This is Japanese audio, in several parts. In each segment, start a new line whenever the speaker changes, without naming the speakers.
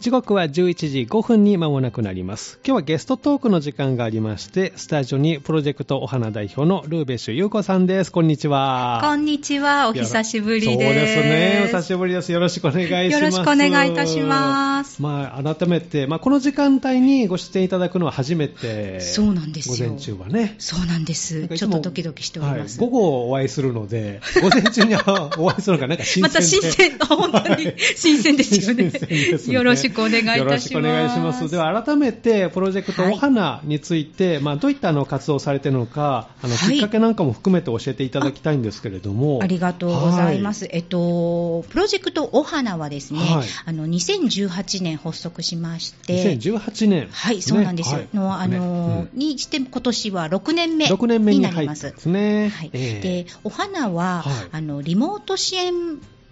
時刻は11時5分に間もなくなります今日はゲストトークの時間がありましてスタジオにプロジェクトお花代表のルーベッシュ優子さんですこんにちは
こんにちは、お久しぶりです。
そうですね。お久しぶりです。よろしくお願いします。
よろしくお願いいたします
まあ、改めて、まあ、この時間帯にご出演いただくのは初めて。
そうなんですよ
午前中はね。
そうなんです。
なんかい
ち
つ
ょっ
も
とドキドキしております。
はい午後お会いするので、午前中にはお会いするのがなんか新鮮で
また新鮮、あ本当に新鮮ですよ
新
ね
鮮ですね
よろしくお願いいたします。
よろしくお願いします。では改めてプロジェクト
はい
お花について、まあどういったあの活動をされているのか、あの
はい
きっかけなんかも含めて教えていただきたいんですけれども。
ありがとうございます。えっと、プロジェクトお花はですね、
はい
あの、2018年発足しまして、
2018年、
はい、そうなんですよ。
ね
の、あの、
ねうん
にして今年は6年目
6年目
に
に
なり
入っ
ま
た
す
んで。すね。
はい
ええ
でお花
は
は、
い
あのリモート支援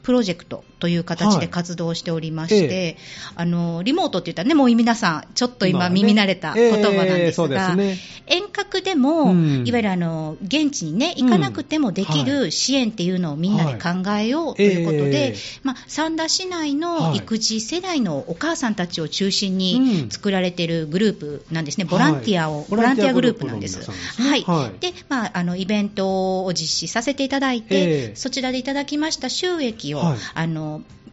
プロジェクトという形で活動しておりまして、
はいえ
あのリモートって言ったらね、もう皆さん、ちょっと今、
ね
耳慣れた言葉な
え
んで
えそ
す
うで
が、
すね。
遠隔でも、
うん
いわゆるあの現地に、ね、行かなくてもでき
うん
る支援っていうのをみんなで考えようということ
はいえ
で、
え
まあ、三田市内
は
の
い
育児世代のお母さんたちを中心
うん
に作られているグループなんですね、ボランティアを、
はい
ボランティアグループなんです。
ボランティアグループの皆さんですねは
はい
い
でまあ、あのイベントを実施させていただいて、
ええ
そちらでいただきました収益を、
はい
い、あの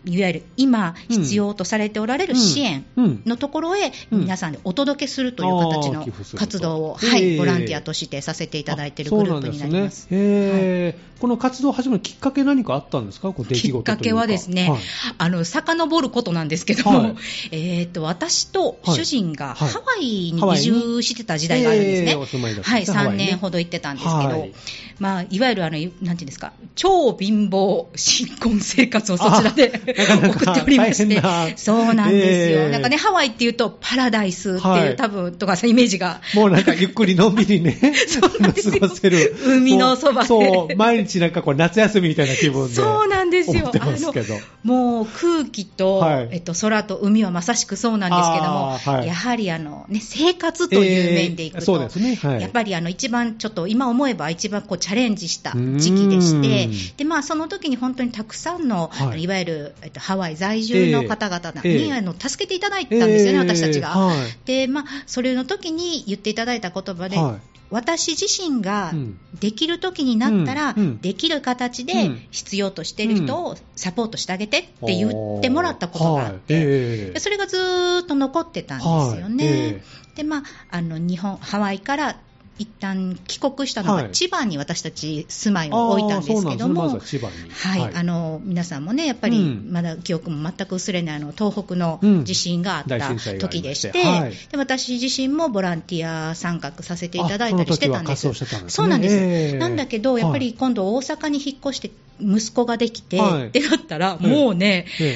いわゆる今必要とされておられる支援
うん
のところへ
うん
皆さんでお届けするという形
あー
の
寄付すると
活動を、
ええ
はい、ボランティアとしてさせていただいているグループになります。
そうなんですねへーこの活動を始めるきっかけ何かあったんですかこう出来事とい
きっ
うか
かけはですね、
はい
あの遡ることなんですけども、
はい
えー、と私と主人が
はい
ハワイに
ハワイ
移
に
住してた時代があるんですね、
えーお住まいだったん
は
で
い、
すねハ
3
ワイね
年ほど行ってたんですけど、
はい
いまあ、いわゆるあのなんていうんですか、超貧乏新婚生活をそちらで
なかなか
送っておりま
大
し
変な
て、そうなんですよ、
えー
なんかね、ハワイっていうと、パラダイスっていう、
はい
多分とかさ、イメージが。
もうなんかゆっくりのんびりね、
そうなんですよ
過ごせる。
海のそばで
もうそう、毎日なんかこう夏休みみたいな気分で。
そうなんですよ
思ってますけど。
もう空気と、
はい
えっと、空と海はまさしくそうなんですけど
あ
も、
ーはい
やはりあの、ね、生活という面でいくと、
えーそうですねはい
やっぱりあの一番ちょっと今思えば一番こうチャレンジした時期でして
うーん
で、まあ、その時に本当にたくさんの、
はい
い、わゆる、えっと、ハワイ在住の方々
えー
に、
えー
あの助けていただいたんですよね、
えー
私たちが。
はい
でまあ、それの時に言っていただいた言葉で、
は
私自身が
うん
できる時になったら、
うんうん
できる形
う
で
ん
必要としている人をサポートしてあげてって言ってもらったことがあっ
はい
て、
ええ
でそれがずーっと残ってたんですよね。
はいえ
で、まあ、あの日本ハワイから一旦帰国したの
は
が
い
千葉に私たち住ま
え
いを置いたんです
あ
け
ーそ
ど
うな
も、
んですねまずは千葉に。
はい、あの皆さんもね、やっぱ
う
り
ん
まだ記憶も全く薄れないあの東北の
うん
地震があっ
大
た
震災があり
時
ま
で
して
して、
はい
で私自身もボランティア参画させていただいたりしてたんです。
あその時は活動してたんですね
そうなんです、
ええ
なんだけど、やっぱり今度、大阪に引っ越して、息子ができて、
はい
ってなったら、
い
もうね、
ええ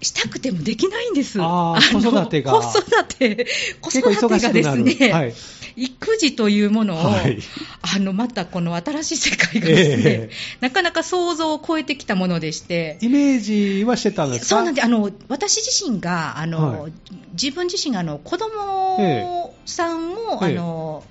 したくてもできないんです。
あー
の
子育てが
子育て、子
結構
育
忙
て
し
が
く
で
な
す
る。
ね、
はい。
育児というものを、
はい
あのまたこの新しい世界がですね、
ええ
なかなか想像を超えてきたものでして。
イメージはしてたんですか
そうなんであの私自身があの、
はい
自分自身があの子供さんを、
ええ
あの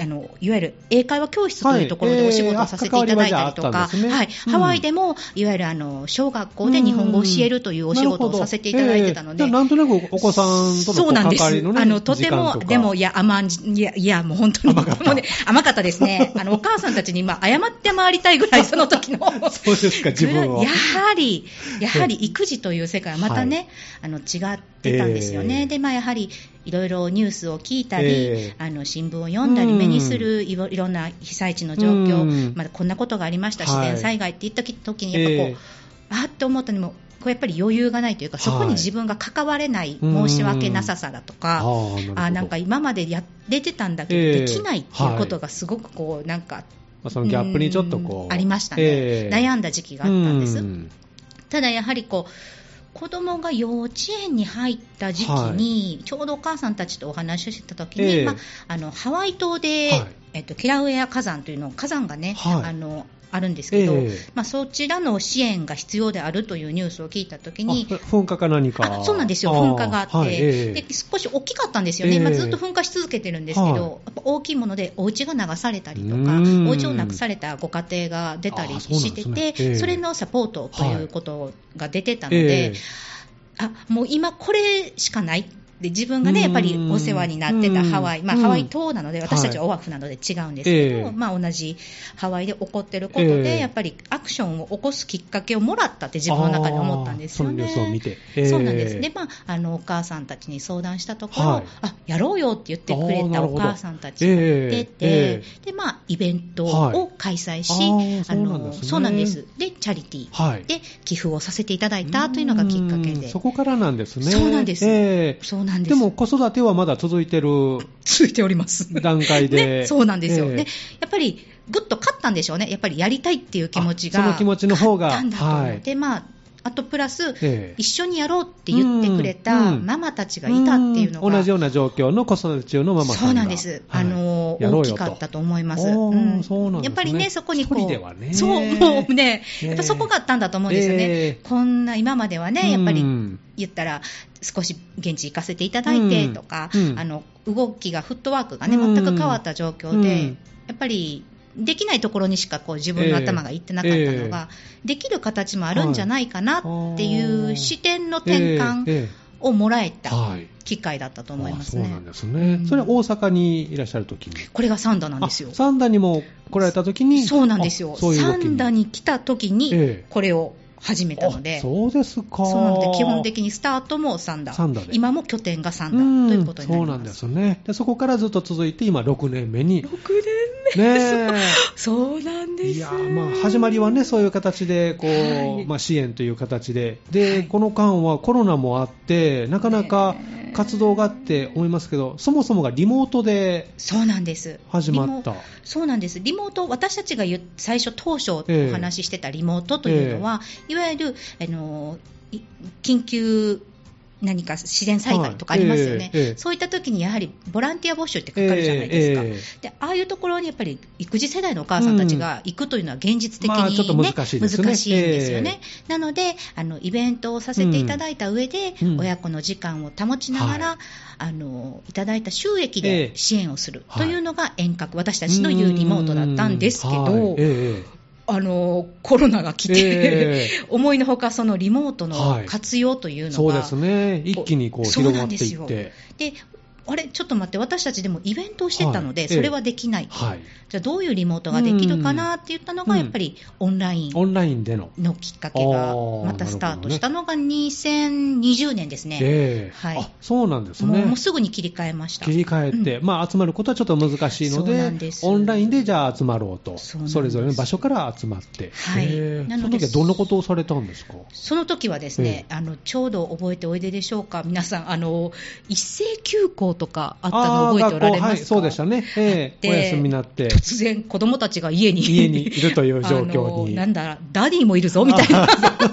あのいわゆる英会話教室というところでお仕事をさせていただいたりと
はいええあ関わりはじゃああったん
か、
ですね
はい
うん
ハワイでもいわゆるあの小学校で日本語を教えるというお仕事をさせていただいてたので、
なるほどええじゃあなんとなくお子さんとの
そう
こう
なん
関
です。
わりのね、
あの、とて
時間
も、
か
でも、いや、甘んじ、いや、いや、もう本当に、
甘かった
もうね、甘かったですね。あの、お母さんたちに今、謝って回りたい ぐらい、その時の。
そうですか、自分を
や。はり、やはり育児という世界はまたね、あの違ってたんですよね、
ええ
でまあ、やはりいろいろニュースを聞いたり、
ええ
あの新聞を読んだり、
うん
目にするいろいろな被災地の状況、
うん
まあ、こんなことがありました、自
は
然
い
災害って言った時に、やっぱこう、
ええ
あっと思ったにも、こうやっぱり余裕がないというか、そこ
はい
に自分が関われない、
うん
申し訳なささだとか。
ーるほど
あなんか今までやれてたんだけど、
ええ
できないっていうことがすごくこう、なんか
まあ、そのギャップにちょっとこう、
んありましたね、悩んだ時期
だ
があったんです、
うん
ただやはりこう子供が幼稚園に入った時期に、ちょうどお母さんたちとお話をしてた時に、
ええ
まあ、あのハワイ島で、
はい
えっと、キラウエア火山というの火山がね、
はい
あのあるんです
え
けど、
え
まあ、そちらの支援が必要であるというニュースを聞いた時に
あ噴火か何か
あそうなんですよ、
あー
噴火があって、
はいええ
で少し大きかったんですよね、
ええ
今ずっと噴火し続けてるんですけど、
はい
やっぱ大きいもので、お家が流されたりと
う
か
ーん、
お家をなくされたご家庭が出
あ
たり
そうなんで
して
す
て、
ね
そ
ええ
れのサポートということが出てたの
え
で、
え
あもう今これしかないで自分がね
うん
やっぱりお世話になってたハワイ、まあ、
うん
ハワイ島なので私たちはオアフなので違うんですけど、
ええ
まあ、同じハワイで起こってることで、
ええ
やっぱりアクションを起こすきっかけをもらったって自分の中で思ったんですよね。
あーその様子を見て、
そうなんです。で、
ね
まあ、あの、お母さんたちに相談したところ、
はい
あ、やろうよって言ってくれ
あーな
た
る
お
ほど
母さんたちが
え
出て、
え
で、まあ、イベント
はい
を開催し、
あー
あ
そうなん
の
ですね
そうなんです。で、チャリティー
はい、
で寄付をさせていただいたというのがきっかけ
うん
で。
そこからなんですね。
そうなんです
ええ
そうなんです。
でも子育てはまだ続いてる
ついております。
段階で。
ね、そうなんですよ。
ええ
で、やっぱり、ぐっと勝ったんでしょうね。やっぱりやりたいっていう気持ちが。
あその気持ちの方が
勝ったんだと思う
はい
で、まあ、あとプラス、
ええ
一緒にやろうって言ってくれ
うん
た
うん
ママたちがいたっていうの
ん
が、
同じような状況の子育て中のママさんが
そうなんです、
はい
あの
やろ
大
う
き
よと
かったと思います、
おー
うん
そうなんですね
やっぱりね、そこにこう、
一人ではね
そう、 もうね、
え
やっぱそこがあったんだと思うんですよね、
ええ
こんな今まではね、やっぱり
うん
言ったら、少し現地行かせていただいてとか、
うん
あの動きが、フットワークがね、
うん
全く変わった状況で、
うん
やっぱりできないところにしかこう自分の頭がいってなかったのが、できる形もあるんじゃないかなってい
は
う
い
視点の転換
えええ
をもらえ
え
た
はい。
機会だったと思います
あそう
ね
なん。ですね、
うん
それは大阪にいらっしゃるときに。
これがサンダなんですよ
あ。三田にも来られたときに。
そうなんですよ。
あそういう動
サ
き
ンダに来た時に
ええ
これを始めたので、
あそうですか。
そうなので基本的にスタートもサンダ
サンダで
今も拠点がサンダ
うん
ということになり
そ
ます。
うなんですねでそこからずっと続いて今6年目 に
6年
ねえ
そうなんで
い
す。
やーまあ始まりはねそういう形でこう、
はい
まあ、支援という形でで、
はい
この間はコロナもあってなかなか
ねえ
活動があって思いますけどそもそもがリモートで
そうなんです。
始まっ
リモ
た。
そうなんです。リモート、私たちが言う最初当初お話ししてたリモートというのは、いわゆる、あのい緊急何か自然災害とかありますよね、
はいええええ
そういった時にやはりボランティア募集ってかかるじゃないですか、
えええ
でああいうところにやっぱり育児世代のお母さんたちが行くというのは現実的に、ね
まあちょっと難しいですね
難しいんですよね、なのであのイベントをさせていただいた上で、
うん
親子の時間を保ちながら、
はい
あのいただいた収益
ええ
で支援をする
はい
というのが遠隔、私たちの言うリモートだったんですけど、
うんはいえ
あのコロナが来
え
て、
え
思いのほかそのリモート
は
の
い
活用という
え
のが、
そうですね一気にこう
そう
広
な
がっ
ん
て
で
い
す
っ
よ
て
であれちょっと待って私たちでもイベントをしてたので、
はい
それはできない、
はい
じゃあどういうリモートができるかなって言ったのが、
うん
やっぱりオンライン
オンラインでの、
のきっかけが
あー
またスタートしたのが2020年ですね。
ええ
はい
あそうなんです
もう
ね
もうすぐに切り替えました。
切り替えて、まあ、集まることはちょっと難しいの
そう
で
なんです
オンラインでじゃあ集まろうとそ
そうなんです
れぞれの場所から集まって、
はい
へえ
な
その
ので
時はどんなことをされたんですか
その時はですね、あのちょうど覚えておいででしょうか、皆さん、あの一斉休校とかあったの覚えておら
あ
れ
ー学校は
ま
い、
すか、
そうでしたね、ええ
で
お休みになって
突然、子供たちが家に
家にいるという状況
あの
に
なんだ、ダディもいるぞみたいな、
家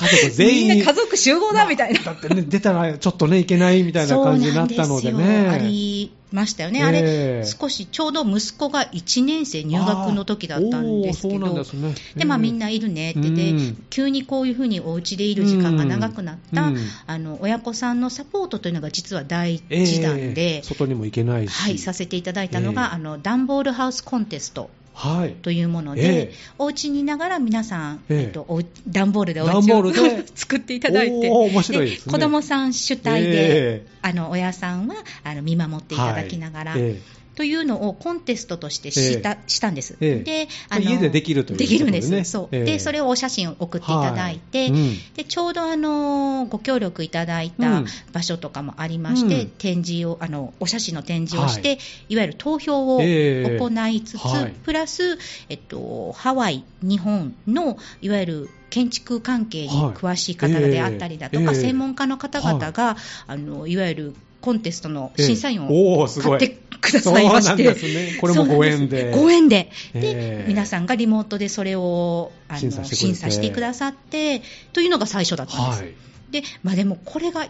族全員
みんな家族集合だみたいな、
だってね出たらちょっとねいけないみたいな感じになったので
そうなんすよあ
ね
りましたよね、あ
ええ
れ、少しちょうど息子が1年生入学の時だったんですけ
あーおーそうなん
ど
で。すね
でまあ、みん
な
ないるねって
う
で
ん
急にこういうふうにお家でいる時間が長くなった、
うん
あの親子さんのサポートというのが実は第一弾で、
外にも行けないし
はい、させていただいたのが、
ええ
あのダンボールハウスコンテスト
はい
というもので、
ええ
お家にいながら皆さん、
ええ
えっと、お段ボールでお
段
家
ボ
を
ールで
作っていただいて、
おー面白いですね
子どもさん主体で、
ええ
あの親さんはあの見守っていただきながら、
はいええ
というのをコンテストとしてした,、したんです。
ええ
で
それ家でできるということでね
きるんです、そう
ええ
でそれをお写真を送っていただいて、
はいうん
でちょうどあのご協力いただい
うん
た場所とかもありまして、
うん
展示をあのお写真の展示をして、、
はい
わゆる投票を
ええ
行いつつ、
はい
プラス、えっと、ハワイ、日本のいわゆる建築関係に詳しい方であったりだとか、
はいええええ
専門家の方々が、あのいわゆるコンテストの審査員を
ええおーすご
買
い
ってくださいまして、
そうなんですねこれもご縁で
そうなんすご縁でで、
ええ
皆さんがリモートでそれをあの
審
審
査してくれて
査してくださってというのが最初だったんです。
はい
でまあ、でもこれが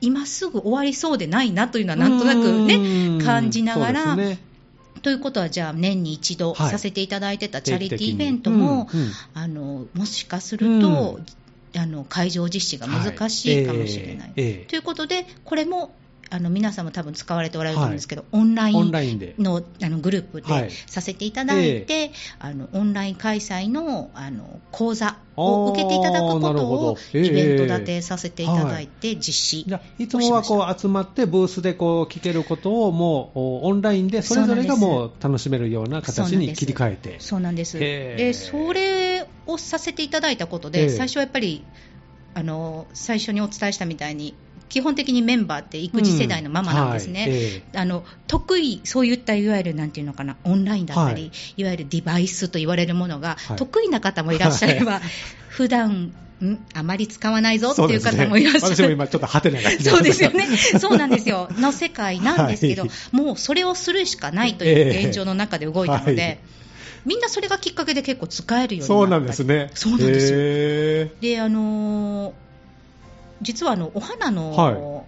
今すぐ終わりそうでないなというのはなんとなくね。
ね
感じながら
そうですね
ということはじゃあ年に一度
はい
させていただいてたチャリテ
定期
ィ
的
ーイ
に
ベントも、
うんうん
あのもしかすると、あの会場実施が難しいかもしれない。
はいええええ
ということでこれもあの皆さんも多分使われておられると思うんですけど、オンライ
オン
ン
ラインで。
のあのグループ
は
で
い
させていただいて、あのオンライン開催のあの講座を
あー
受けていただくこ
なる
と
ほど
を
ええ
イベント立てさせていただいて実施、
じゃあいつもはこう集まってブースでこう聞けることをもうおオンラインでそれぞれが
そうなんです
もう楽しめるような形に切り替えて。
そうなんです
へー
でそれをさせていただいたことで、
ええ
最初はやっぱりあの最初にお伝えしたみたいに基本的にメンバーって育児世代のママなんですね。
うんはいえ
あの得意、そういったいわゆるなんていうのかな、オンラインだったり、、
はい
わゆるデバイスと言われるものが、
はい
得意な方もいらっしゃれば、普段んあまり使わないぞっていう
そ
方
です
もいらっしゃ
ね、私も
る。
今ちょっとハテナが
そうですよ。ね、そうなんですよ、の世界なんですけど、
はい
もうそれをするしかないという現状の中で動いたので、
ええはい
みんなそれがきっかけで結構使えるようにな
そ
った
うなんですね。
そうなんですよ
へ
であのー実はあのお花の、
は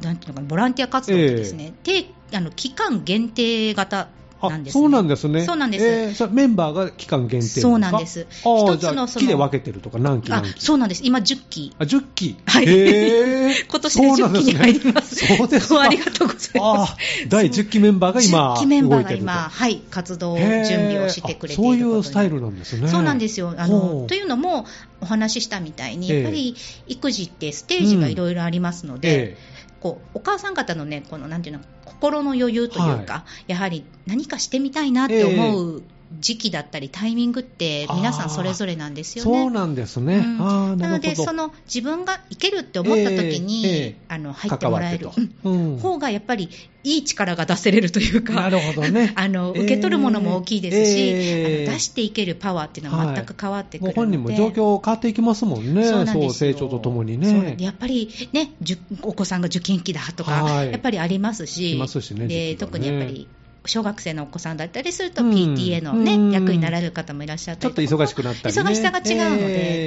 なんていうのかなボランティア活動ってですね、定あの期間限定型
ー
なんです、
あそうなん
で
ですね。
そうなんです
えーそれメンバーが期間限定ですか
そうなんです
あー
一つの
じゃあ
その
期で分けてるとか何期
あ
何期。
そうなんです今10期
あ、10期。
はい
へー
今年で10期に入ります
そうです
そう
か
ありがとうございます
あー第10期メンバーが今
10期メンバ
動
ー
い
が
てると
今、はい、活動、
へ
準
ー
備をしてくれている
あ
こと
そう
に
いうスタイルなんですね。。
そうなんですすよあ
ほう
のというのも、お話ししたみたいに、
ええ
やっぱり育児ってステージがいろいろありますので、
え
こうお母さん方のねこのなんていうの心の余裕というか、やはり何かしてみたいなって思う時期だったり、タイミングって皆さんそれぞれなんです
え
よ
そう
ね。
なんですね。
うん
あー
な
な
の
る
で
ほど。
その自分がいけるって思った時に、
ええええ
あの入ってもらえる
関わってとうん
方がやっぱりいい力が出せれるという
な
か。
るほどね。
あの
ええ
受け取るものも大きいですし、
ええ
あの出していけるパワーっていうのは全く変わってく
もう
るので、
本人も状況変わっていきますもんね、
そうなんですよ
成長とともに
そうなん
ね
で。やっぱりね、受お子さんが受験期だとか、
はい
やっぱりありますし、
いますしね
で
時期がね
特にやっぱり小学生のお子さんだったりすると、
うん
PTA の、ね
うん
役になられる方もいらっしゃっ
ち
た
ょっ
り
と
とか
忙しくなったりね。
忙しさが違うので,、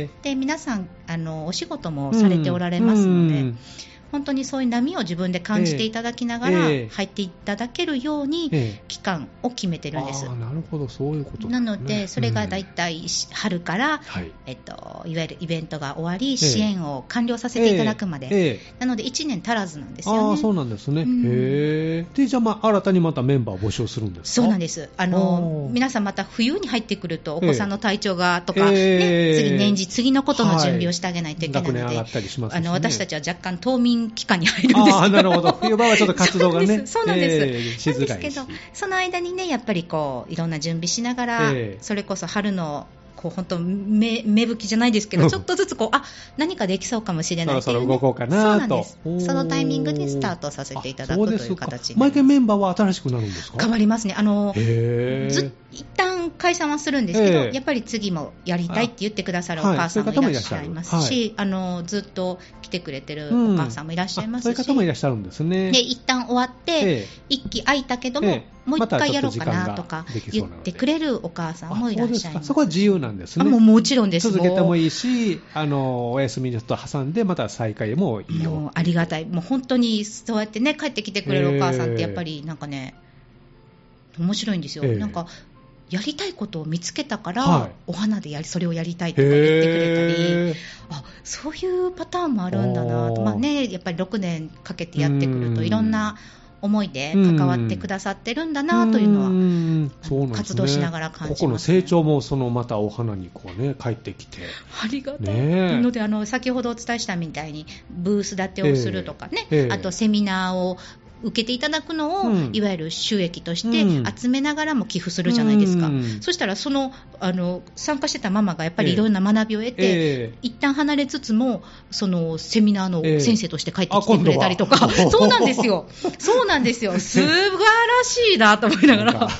え
で、皆さんあの、お仕事
え
もされておられますので、
うん
本当にそういう波を自分で感じていただきながら、
ええ
入っていただけるように、
ええ
期間を決めてるんです
あ。ーなるほど、そういうことだ
な
ね
ので、それが大
うん
体し春から、
はい。
えっと、いわゆるイベントが終わり、支援を完了させていただくまで、
ええええ
なので1年足らずなんです
あ
よ
あ
ね。
そうなんですね。
うん
へえ。で、じゃあ、まあ、新たにまたメンバーを募集するんですか
そうなん
で
ですあの
おー
皆さん、また冬に入ってくると、お子さんの体調がとか、
ええ
ね、次、年次、次のことの準備をしてあげないといけない
学年
の
上
で、
がったりしますし
あ
ね
の私たちは若干、冬眠期間に入るんです。
ああ、なるほど。冬場はちょっと活動がね
そうなんですそうなん
え
で
え
す
しづら
なんで
いし
すけど、その間にね、やっぱりこういろんな準備しながら、
ええ
それこそ春のこう本当芽、芽吹きじゃないですけど、ちょっとずつこう、あ何かできそうかもしれ
そ
ない
ろ
っ
そ
ていうね、
ろ動こうか
そう
な
なん
と
で。すそのタイミングでスタートさせていただく
あ
と
そ
いう
ですか
形にな
毎
ります
回メンバーは新しくなるんですか
変わりますね。あの
へえ。
ず一旦解散はするんですけど、
ええ
やっぱり次もやりたいって言ってくださるお
あはい
母さんもいらっしゃいま
そう
す
いう方もいらっしゃる
し、あのずっと来てくれてる
う
お母さんもいらっしゃいます
あそういう
し、
方もいらっしゃるんですね。
で一旦終わって、
ええ
一期空いたけども、
ええ
もう一
また
回
ち
や
ょ
ろ
っと
う
時
か
間が
なとか
できそう
言
な
っ
ので
てくれるお母さんもいらっ
あそ
しゃい
うですか
ます。
そこは自由なんです
あ
ね。
もうもちろんです。
続けても
い
いいし、あのお休みにちょっと挟んで、また再開もいいよ。
もうありがたい。もう本当にそうやってね、帰ってきてくれるお母さんってやっぱりなんかね、面白いんですよ。
ええ
なんか、やりたいことを見つけたから、
はい
お花でやり、それをやりたいとか言ってくれたり、
へえ。
あ、そういうパターンもあるんだな
お
と。
ー
まあね、やっぱり6年かけてやってくる
う
と、
ん
いろんな思いで関わってくださってるんだなというのは、
は
活動しながら感じますね
ここの成長もそのまたお花にこうね帰ってきて、
ありがたい。
ねえ
なのであの、先ほどお伝えしたみたいに、ブース立てをするとかね、
ええええ
あとセミナーを受けていただくのを、
うん
いわゆる収益とし
うん
て集めながらも寄付するじゃないですか。
うん
そしたら、そのあの参加してたママがやっぱり
ええ
いろんな学びを得て、
ええ
一旦離れつつも、そのセミナーの
ええ
先生として帰って
あ
きてくれたりとか、
今度は
そうなんですよ、そうなんで すよ、素晴らしいなと思いなが
なん
ら
か、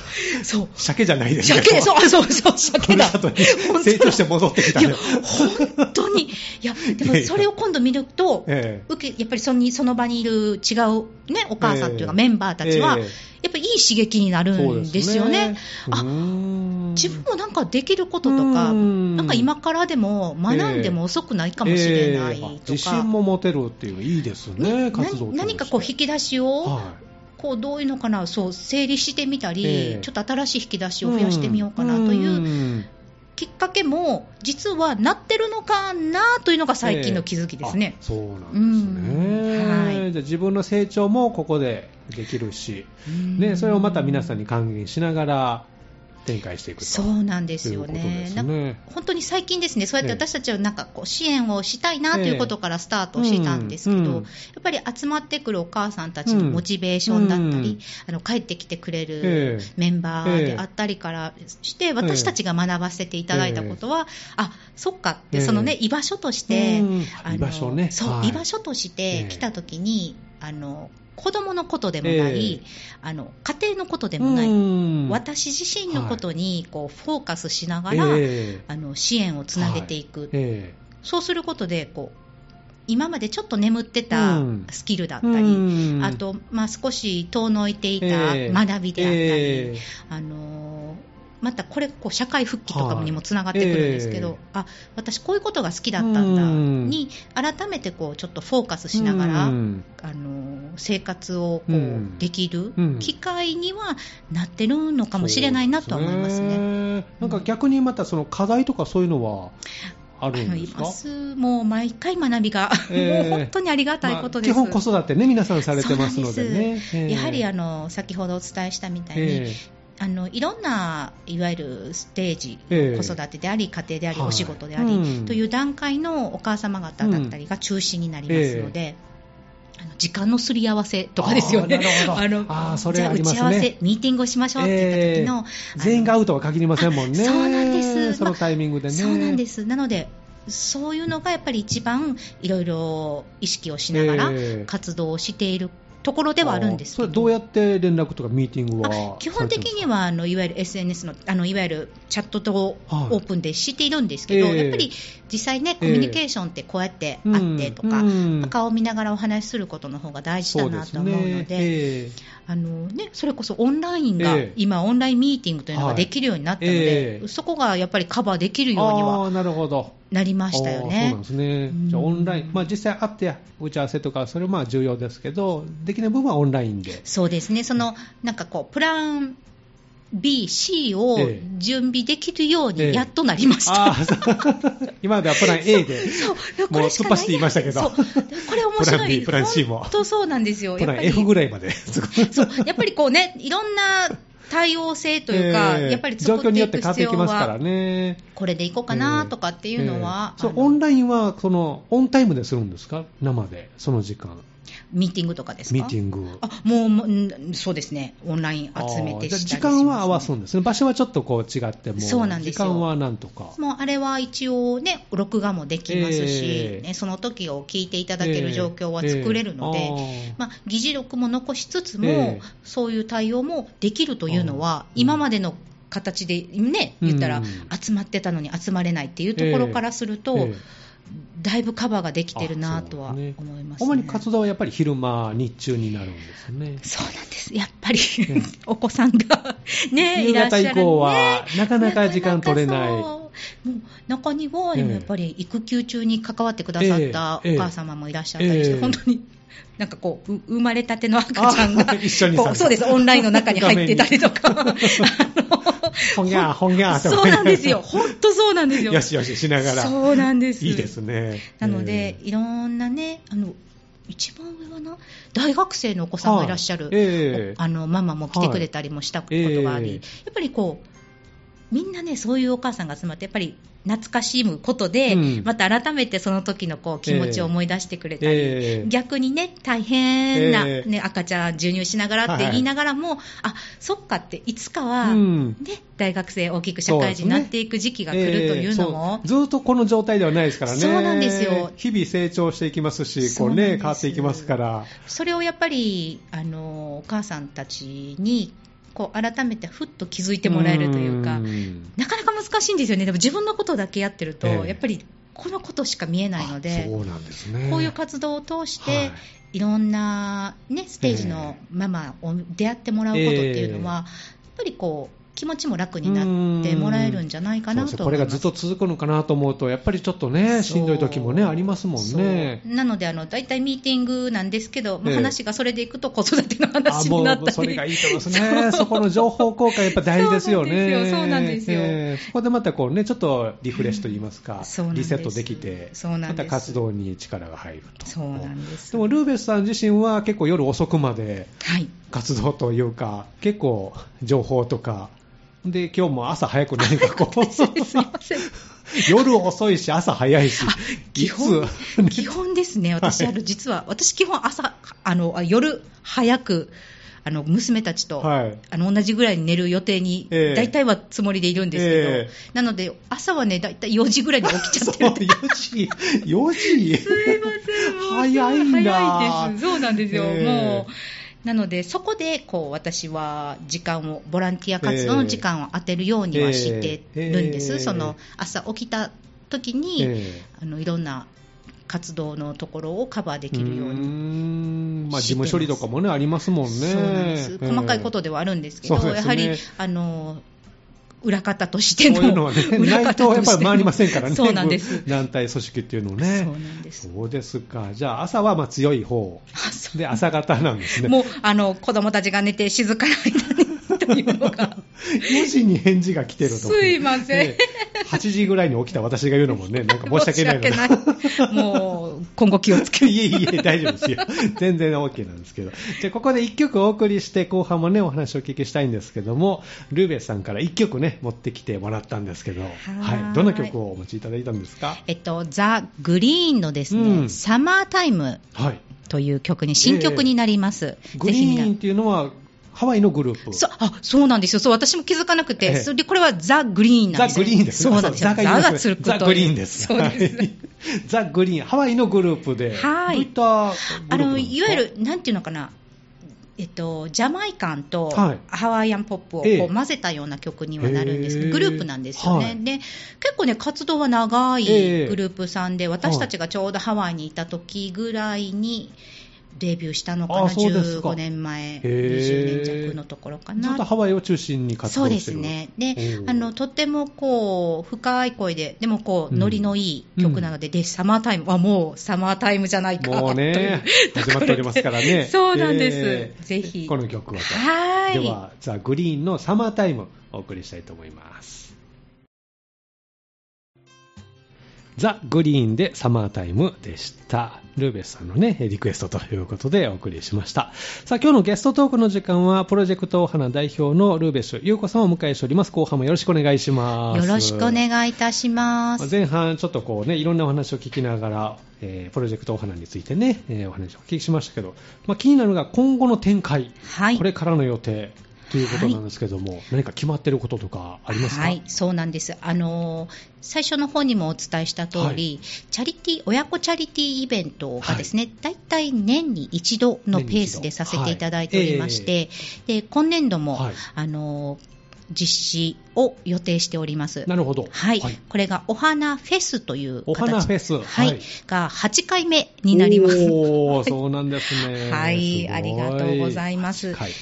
そう、
鮭じゃないです
鮭、
う。
そう、そう、そう、鮭
ふる
だ。
さとに
本当だ
成長して戻ってきた
いや、
ね。
本当に、いや、で
い
も
やいや
それを今度見ると、
ええ
受けやっぱりそのその場にいる違う、ね、お母さんとい
え
うか、
え
メンバーたちは、
ええ
やっぱりいい刺激になる
そうん
ですよね。あ自
自
分もなんかできることとか、
うん
なんか今からでも学んでも遅くないかもしれないと
自信
か、
も持てるっていういいですね
ね
活動と
何何かこう引き出し
を、
を、
は
こうどういうのかな、そう整理してみた
ええ
り、ちょっと新しい引き出
い、
しを増やしてみようかなというんきっかけも、実はなってるのかなというのが最近の気づきですね
あ。そうなんですね、
うんは
じじゃあ自分の成長もここでできるし、ね、それをまた皆さんに還元しながら展開していくと
そうなんですよ
ということで
ね
す
なんか
ね
本当に最近ですね、そうやっ
え
て
え
私たちはなんかこう支援をしたいなということからスタートしてたんですけ
う
ど、
んうん
やっぱり集まってくるお母さんたちのモチベーションだったり、
うん
あの帰ってきてくれ
え
る
え
メンバーであったりからして、私たちが学ばせていただいたことは、あそっかって、そのね、
え
居場所として、
うん
あの
居場所ね
そう、
はい
居場所として来た時に、あの子供のことでもな
え
い、あの家庭のことでもない。
うん
私自身のことにこうフォーカスしながら、
ええ
あの支援をつなげていく、
ええ
そうすることでこう今までちょっと眠ってた
うん
スキルだったり、
うん
あと、まあ、少し遠のいていた
ええ
学びであったり、
ええ
あのーまたこれこう社会復帰とかに
は
も
い
つながってくるんですけ
え
ど、
え
あ私こういうことが好きだったんだ
うん
に改めてこうちょっとフォーカスしながら、
うん
あの生活をこう、
うん
できる
うん
機会にはなってるのかもしれないなとは思います
そうで
ね。
ねなんか逆にまたその課題とかそういうのはあるん
あの
で
い
すか
ますもう毎回学びが、
ええ
もう本当にありがたいことです。
まあ基本子育てね、皆さんされてますのでね。ええ
やはりあの先ほどお伝えしたみたいに、
え
あのいろんないわゆるステージ、
ええ
子育てであり家庭であり、
はい
お仕事であり、
うん
という段階のお母様方だったりが中心になりますので、あの時間のすり合わせとかですよね
あーなるほど
の
あーそれ
じゃあ
あり
打
ますね
ち合わせミーティングをしましょうって言った時の、
え全員が
あ
ア
の
ウトは限りませんもんね。
あそうなんです
そのタイミングでね。
そうなんですなのでそういうのがやっぱり一番いろいろ意識をしながら
ええ
活動をしているところではあるんですけ
あ
ど、
それどうやって連絡とかミーティングは
基本的に
は、
はあのいわゆる SNS のあのいわゆるチャットとオ
はい
ープンでしているんですけど、
ええ
やっぱり実際ね、コミュニケーションってこうやって
うん
会ってとか、
うん
顔を見ながらお話しすることの方が大事だなと思うので。
そうすねええ
あのね、それこそオンラインが、
ええ
今、オンラインミーティングというのができるようになったので、
はいええ
そこがやっぱりカバーできるように
あ
は
ーなるほど。
なりましたよ
あーそう
ね
なん。ですね
うん。
じゃあオンライン、まあ実際会って打ち合わせとか、それまあ重要ですけど、できない部分はオンラインで。
そうですね、そのなんかこう、プラン B、C を
ええ
準備できるよう
ええ
に、やっとなりました。
ああ、そう 今まではプラン A で。
そう
もう
これし
突っ
かな
走って言いましたけど
そうこれ面
プ
白
ラン
い
B プラン C も
本当そうなんですよ
プ
や
ラ
っぱ
ン
り
F ぐらいまで。すごい
そうやっぱりこうねいろんな対応性というか、
ええ
やっぱり
状
作
況
っ
に
て
よ
い
って
く
変わっ
必
てき
要
ますから
は
ね。
これでいこうかなとかっていうのは、
ええそう
あの
オンラインはそのオンタイムでするんですか、生で、その時間、
ミーティングとかですか
ミーティ
グ
ング。
あもうもうんそうですねオンライン集め
あー
て
じゃあ
した
時
りしますね
間は合わすんですね、場所はちょっとこう違っても、
そうなんですよ
時間はなんとか、
もうあれは一応ね、録画もできますし、
ええ
ね、その時を聞いていただける状況は作れるので、
ええええ
まあ、議事録も残しつつも、
ええ
そういう対応もできるというのは、
うん
今までの形でね、言ったら、
うん
集まってたのに集まれないっていうところからすると、
ええ
だいぶカバーができてるなと
あ
は
そうで
思
すね
います、ね。
主に活動はやっぱり昼間、日中になるんですね。
そうなんです、やっぱり、
え
お子さんがね、
夕
いらっし
方
ゃる
以降は、なかな
な
か
か
時間取れない。
そうもう中には、でも
ええ
やっぱり育休中に関わってくださったお
ええ
母様もいらっしゃったりして、
ええ
本当になんかこう、う生まれたての赤ちゃん
あ
が
一緒に
こう、そうです、オンラインの中に入ってたりとか、
ほんぎゃー、ほんぎゃーって思
そ
いうがら
なんですよ、本当そうなんです よ。
よしよししながら。
そうなんです。
いいですね。
なので、
え
いろんなね、あの一番上はな、大学生のお子さんがいらっしゃる、
はいええ
おあのママも来てくれたりもしたことがあり、
はいええ
やっぱりこう、みんなね、そういうお母さんが集まって、やっぱり懐かしむことで、
うん
また改めてその時のこう気持ちを思い出してくれたり。
ええ
逆にね、大変な、
え
ね
え
赤ちゃん授乳しながらって言いながらも、あそっかって、いつかは、
うん
ね、大学生、大きく社会人になっていく時期が来るというのも
ええそう、ずっとこの状態ではないですからね。
そうなんですよ
日々成長していきますし、こ
そう
う
なんです
ね、変わっていきますから。
それをやっぱりあのお母さんたちにこう改めてふっと気づいてもらえるというか、
ん
なかなか難しいんですよね、でも自分のことだけやってると、
ええ
やっぱりこのことしか見えないの
あ
で
そ。うなんですね。
こういう活動を通して、
はい
い、ろんな、ね、ステージのママを出会ってもらうことっていうのは、やっぱりこう気持ちも楽になってもらえるんじゃないかなと
これがずっと続くのかなと思うとやっぱりちょっとねしんどい時もねありますもんね
なのであの大体ミーティングなんですけど、えー、話がそれでいくと子育ての話になったり
それがいいと思います ねそこの情報交換やっぱ大事ですよね
そうなんですよそ、
えー、そこでまたこうねちょっとリフレッシュといいますか、うん、リセットできてまた活動に力が入ると
そうなんです
でもルーベスさん自身は結構夜遅くまで活動というか、はい、結構情報とかで今日も朝早く何かこう 夜遅いし朝早いし
基本基本ですね私あの実は私基本朝あの夜早くあの娘たちと、はい、あの同じぐらいに寝る予定に、えー、大体はつもりでいるんですけど、えー、なので、朝はね、大体4時ぐらいに起きちゃってる
4時、4時
すいません、もう
早い
早いです、そうなんですよ、えー、もう。なので、そこでこう私は時間を、ボランティア活動の時間を当てるようにはしてるんです、その朝起きた時に、あのいろんな活動のところをカバーできるように
まあ、事務処理とかも、ね、ありますもんね
そうなんです、細かいことではあるんですけど、えーね、やはりあの裏方としての、
ううのは ね、裏方としてやっぱり回りませんからね、
そうなんです
団体組織っていうのね、
そうなんです
そうですか、じゃあ、朝はまあ強い方で、朝方なんですね。
もうあの子供たちが寝て静かな間にというの が
4時に返事が来てると
すいません、え
え、8時ぐらいに起きた私が言うのもねなんか申し 訳ない
もう今後気をつけ
ていえいえ大丈夫ですよ 全然 OK なんですけどじゃあここで1曲お送りして後半もねお話をお聞きしたいんですけどもルーベさんから1曲ね持ってきてもらったんですけどはいどんな曲をお持ちいただいたんですか
えっとザ・グリーンのですね、うん、サマータイムという曲に、新曲になります、
え、グリーンっていうのはハワイのグループ。
そう、あ、そうなんですよ。そう、私も気づかなくて、ええ、それで、これはザ・グリーンなんです
ザ・グリーンです。
そうなんですよ。ザがつく
と。ザ・グリーンです。
そうです。はい、
ザ・グリーン、ハワイのグループで。
はい。
どういった
あの、いわゆる、なんていうのかな。えっと、ジャマイカンとハワイアンポップをこう混ぜたような曲にはなるんですけど、グループなんですよね、はい、で結構ね、活動は長いグループさんで、私たちがちょうどハワイにいた時ぐらいに、デビューしたのかな、ああか15年前、20年弱のところか
ち
な。
ょっとハワイを中心に活動
してそうですね。で、あの、とてもこう、深い声で、でもこう、ノリのいい曲なので、うん、で、サマータイムはもう、サマータイムじゃないか
もう ね、始まっておりますからね。
そうなんです。えー、ぜひ。
この曲は。
はい。。
では、ザ・グリーンのサマータイム、お送りしたいと思います。ザ・グリーンでサマータイムでした。ルーベスさんのね、リクエストということでお送りしました。さあ、今日のゲストトークの時間は、プロジェクトお花代表のルーベス優子さんをお迎えしております。後半もよろしくお願いします
よろしくお願いいたします。
前半、ちょっとこうね、いろんなお話を聞きながら、えー、プロジェクトお花についてね、えー、お話をお聞きしましたけど、まあ、気になるのが今後の展開、
はい、
これからの予定。ということなんですけども、はい、何か決まってることとかありますか、
はい、そうなんです。あの最初の方にもお伝えした通り、はい、チャリティ親子チャリティーイベントがですね、はい、大体年に一度のペースでさせていただいておりまして、はい、で今年度も、あの実施を予定しております。
なるほど。
はい。はい、これがお花フェスという
お花フェス。
はい。が8回目になります。
おー、そうなんですね。
はい。
い
ありがとうございます。はい。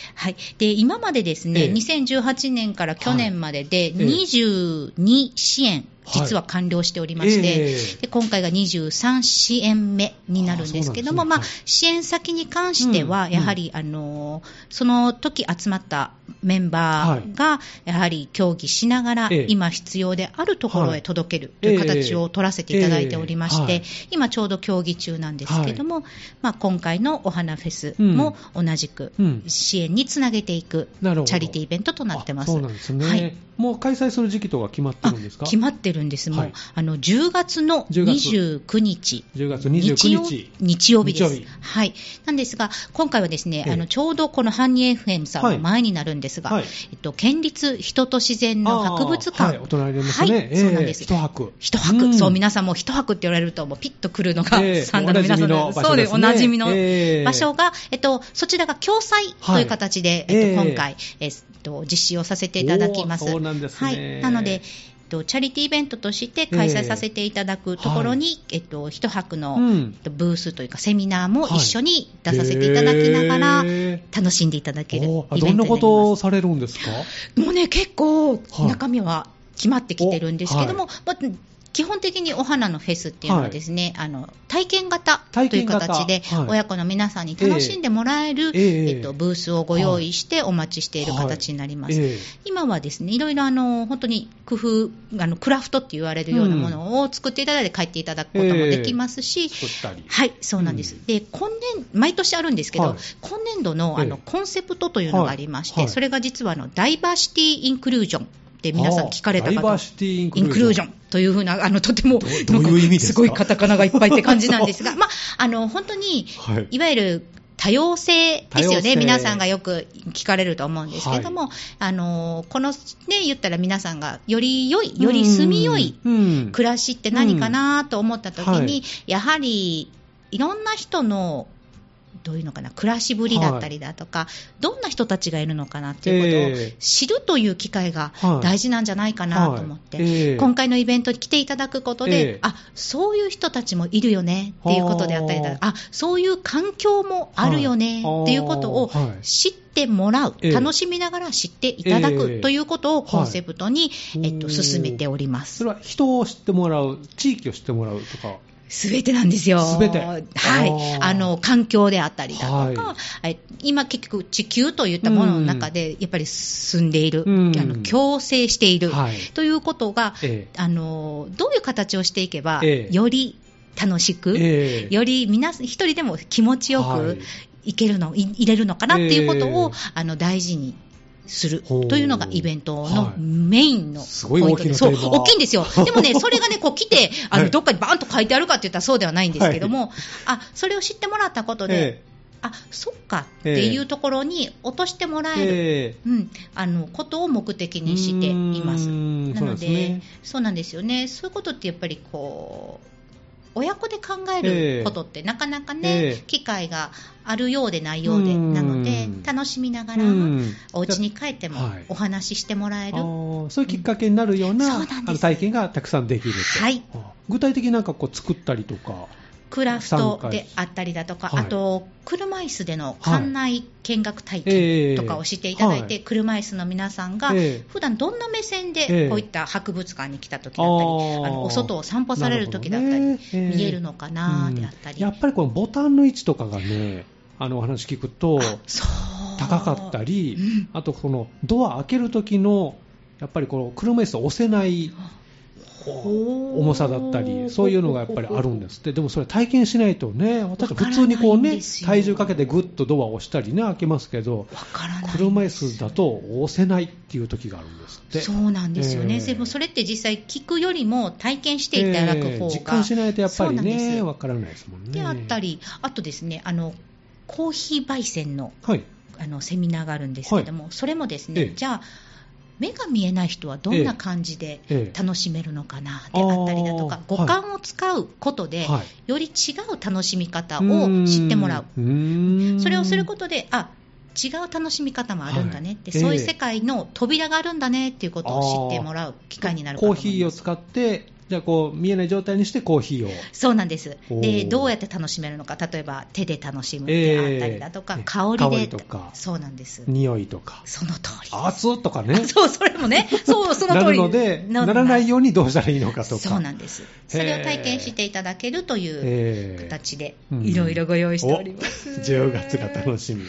で、今までですね、えー、2018年から去年までで22支援、はいえー実は完了しておりまして、はいえー、で今回が23支援目になるんですけども、ね、まあ、支援先に関しては、やはり、うんうん、あのその時集まったメンバーが、やはり協議しながら、はい、今必要であるところへ届けるという形を取らせていただいておりまして、はい、今ちょうど協議中なんですけども、まあ、今回のお花フェスも同じく支援につなげていく、チャリティーイベントとなってます。
そうなんですね、はい、もう開催する時期とか決まってるんですか
決まってるんです、もう、はい、あの10月の29日、
10月29、
日日曜日です日はい。なんですが、今回はですね、ええ、あのちょうどこのハニー FM さんの前になるんですが、はい、えっと、県立人と自然の博物館、はい
お隣でますね、はい
え、そうなんです
一泊、
一泊、そう、皆さんも一泊って言われると、もうピッと来るのが、サンダの皆さんの、ね、そうです、おなじみの場所が、えっと、そちらが共催という形で、えっと、今回、えっと、実施をさせていただきます。
そうなんですね、
はい、なのでと、チャリティーイベントとして開催させていただくところに、えっと、一泊の、
うん
えっとブースというかセミナーも一緒に出させていただきながら
へー、
楽しんでいただけるイベン
おーあ
トに
ど
なり
んな
ます。
ことをされるんですか
もうね、結構
はい、
中身は決まってきてるんですけども、まあ基本的にお花のフェスっていうのはですね、あの体験型と
体
い
験
う
型
形で
はい、
親子の皆さんに楽しんでもらえる、
ええええ
えっと、ブースをご用意してお待ちしている形になります。
はいええ
今はですね、いろいろあの本当に工夫あの、クラフトって言われるようなものを作っていただいて帰っていただくこともできますし、
作ったり。
はい、そうなんです。
うん
で、今年、毎年あるんですけど、
はい
今年度のあの
ええ
コンセプトというのがありまして、
はいはい
それが実はあのダイバーシティインクルージョンって皆さん聞かれた
あーダイバ
方
ー。シティインク
イ
ルージョン。
ンクルージョンというふうな、あの、とても、
どどういう意味 ですか
なんごいカタカナがいっぱいって感じなんですが、まあ、あの、本当に、
はい
いわゆる多様性で
多
す
様
よ
性
ね、皆さんがよく聞かれると思うんですけども、あのこのね、言ったら皆さんがより良い、より住みよい
うん
暮らしって何かなと思った時に、
うんはい
やはりいろんな人のどういうのかな暮らしぶりだったりだとか、どんな人たちがいるのかなっていうことを
ええ
知るという機会が
はい
大事なんじゃないかなと思って、
はいええ
今回のイベントに来ていただくことで、
ええ
あそういう人たちもいるよねっていうことであったりだ
は
あそういう環境もあるよね
はい
っていうことを
あーはい
知ってもらう、
ええ
楽しみながら知っていただ
ええ
くということをコンセプトに、
はい
えっと、進めております
そ。れは人を知ってもらう、地域を知ってもらうとか。
すべてなんですよ。
全て
は
あ
い
ー。
あの、環境であったりだとか、
は
え今結局地球といったものの中で、やっぱり進んでいる、
うん
あの共生している、
はい
ということが、
え
あの、どういう形をしていけば、
ええ
より楽しく、
ええ
より皆さん、一人でも気持ちよ
はい
くいけるの、い、いれるのかなっていうことを、
え
あの、大事に。する
ほう
というのがイベントの
はい
メインの
すご
ポ
い
イン
大き
トで
な
す。そう、
テーマ
大きいんです よ。でもね、それがね、こう来て、あ
は
の、
い
どっかにバーンと書いてあるかって言ったらそうではないんですけども、あ、それを知ってもらったことで、
え
あ、そっかっていうところに落としてもらえる、
ええ
うん、あの、ことを目的にしています。
うーん
な
そうな
の
んです
で
ね
そうなんですよね。そういうことってやっぱりこう、親子で考
え
え
え
ることってなかなかね、
ええ
機会があるようでないようで、
うん
なので、楽しみながら、
うん
お家に帰っても
はい
お話ししてもらえる。
あーそういうきっかけになるような,、
うんそうなんです
あの体験がたくさんできると、
はい
あ具体的になんかこう作ったりとか、
クラフトであったりだとか、
はい
あと車椅子での館内見学体
ええ
験とかをしていただいて、
はい
車椅子の皆さんが
ええ
普段どんな目線
ええ
でこういった博物館に来た時だったり、あのお外を散歩される時だったり、見えるのかなであったり、
やっぱりこのボタンの位置とかがね、あのお話聞くと
あそう
高かったり、
うん
あとこのドア開ける時の、やっぱりこの車椅子を押せない
ほう
重さだったり、そういうのがやっぱりあるんですって、でもそれ体験しないとね、私は普通にこう
わからないん
ね
です、よ
体重かけてぐっとドアを押したりね、開けますけど、
わからない
車椅子だと押せないっていう時があるんですって。
そうなんですよね、
ええ
でもそれって実際聞くよりも体験していただく方が、
ええ実感しないとやっぱ
そう
り
なんです
ね、わからないですもんね。
であったり、あとですね、あのコーヒー焙煎の
はい。
あのセミナーがあるんですけども、それもですね、
ええ
じゃあ、目が見えない人はどんな感じで
ええ
楽しめるのかなであったりだとか
あー、
五感を使うことで、
はい
より違う楽しみ方を知ってもらう。
うーん。
それをすることで、あ違う楽しみ方もあるんだねって、
はい
そうい
え
う
え
世界の扉があるんだねっていうことを知ってもらう機会になるかと
コー
思います
ヒーを使って、じゃあこう見えない状態にしてコーヒーを。
そうなんです
おー
で、どうやって楽しめるのか、例えば手で楽しむであったりだとか、
ええ
香りで
香りとか
そうなんです、
匂いとか、
その通りです。
熱とかね、
そう、それもね、そう、その
な
通
る
り
ので、ならないようにどうしたらいいのかとか。
そうなんです。それを体験していただけるという
ええ
形で、
うん
いろいろご用意しております。
お10月が楽しみ。
はい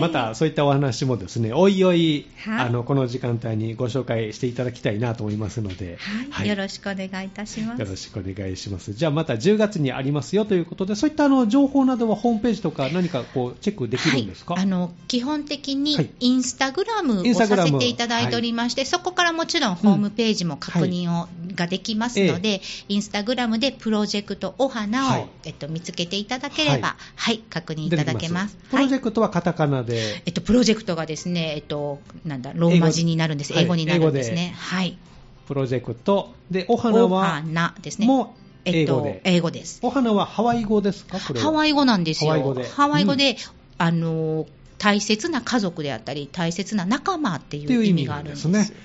またそういったお話もですね、おいおい、
はい
あの、この時間帯にご紹介していただきたいなと思いますので、
はい、
はい
よろしくお願いいたします
よ。ろしくお願いします。じゃあまた10月にありますよということで、そういったあの情報などはホームページとか何かこうチェックできるんですか、
はい、あの基本
は
的
い
にインスタグラム
イン
を
スタ
さ
グラム
せていただいておりまして、そこからもちろんホームページも確認を、ができますので、インスタグラムでプロジェクトお花を、
はい
えっと、見つけていただければ、
は
はい確認いただけます。
プロジ
は
ェ
い
クトはカタカナで、
えっと、プロジェクトがですね、えっと、なんだ、ローマ字になるんです。
英語
英語になるんですね。はい。
プロジェクト、で、お花
お
は、
花ですね。
もう
え
英
っ
語
と
で、
英語です。
お花はハワイ語ですかこれは
ハワイ語なんですよ。
ハワイ語で
ハワイ語であのー大切な家族であったり、大切な仲間って
ってい
いうう
意
意
味
味
が
が
あ
あ
る
る
ん
ん
で
ですす。
ね。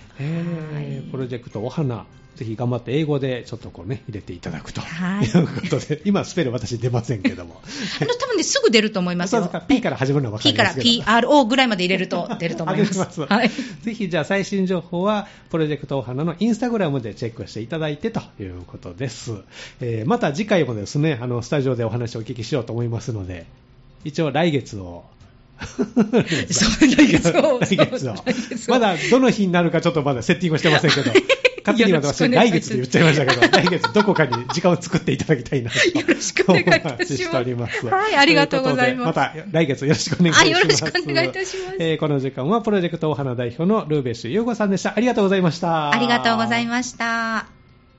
はい
へープロジェクトお花ぜひ頑張って英語でちょっとこうね、入れていただくと。 はい。いうことで、今スペル私出ませんけども。
あの、多分ね、すぐ出ると思いますよ。
そうですか。P から始まるのは分かりますけど。
P から PRO ぐらいまで入れると出ると思います。ます
はい。ぜひ、じゃあ最新情報は、プロジェクトお花のインスタグラムでチェックしていただいてということです。えー、また次回もですね、あの、スタジオでお話をお聞きしようと思いますので、一応来月を
そう、来月 を。
来月を。まだどの日になるかちょっとまだセッティングしてませんけ ど。勝手に私は来月で言っちゃいましたけど、来月どこかに時間を作っていただきたいなと。
よろしくお願いいたします。はい、ありがとうございます。
また来月よろしくお願いします。
よろしくお願いいたします。
えー、この時間はプロジェクトお花代表のルーベッシュ優子さんでした。ありがとうございました。
ありがとうございました。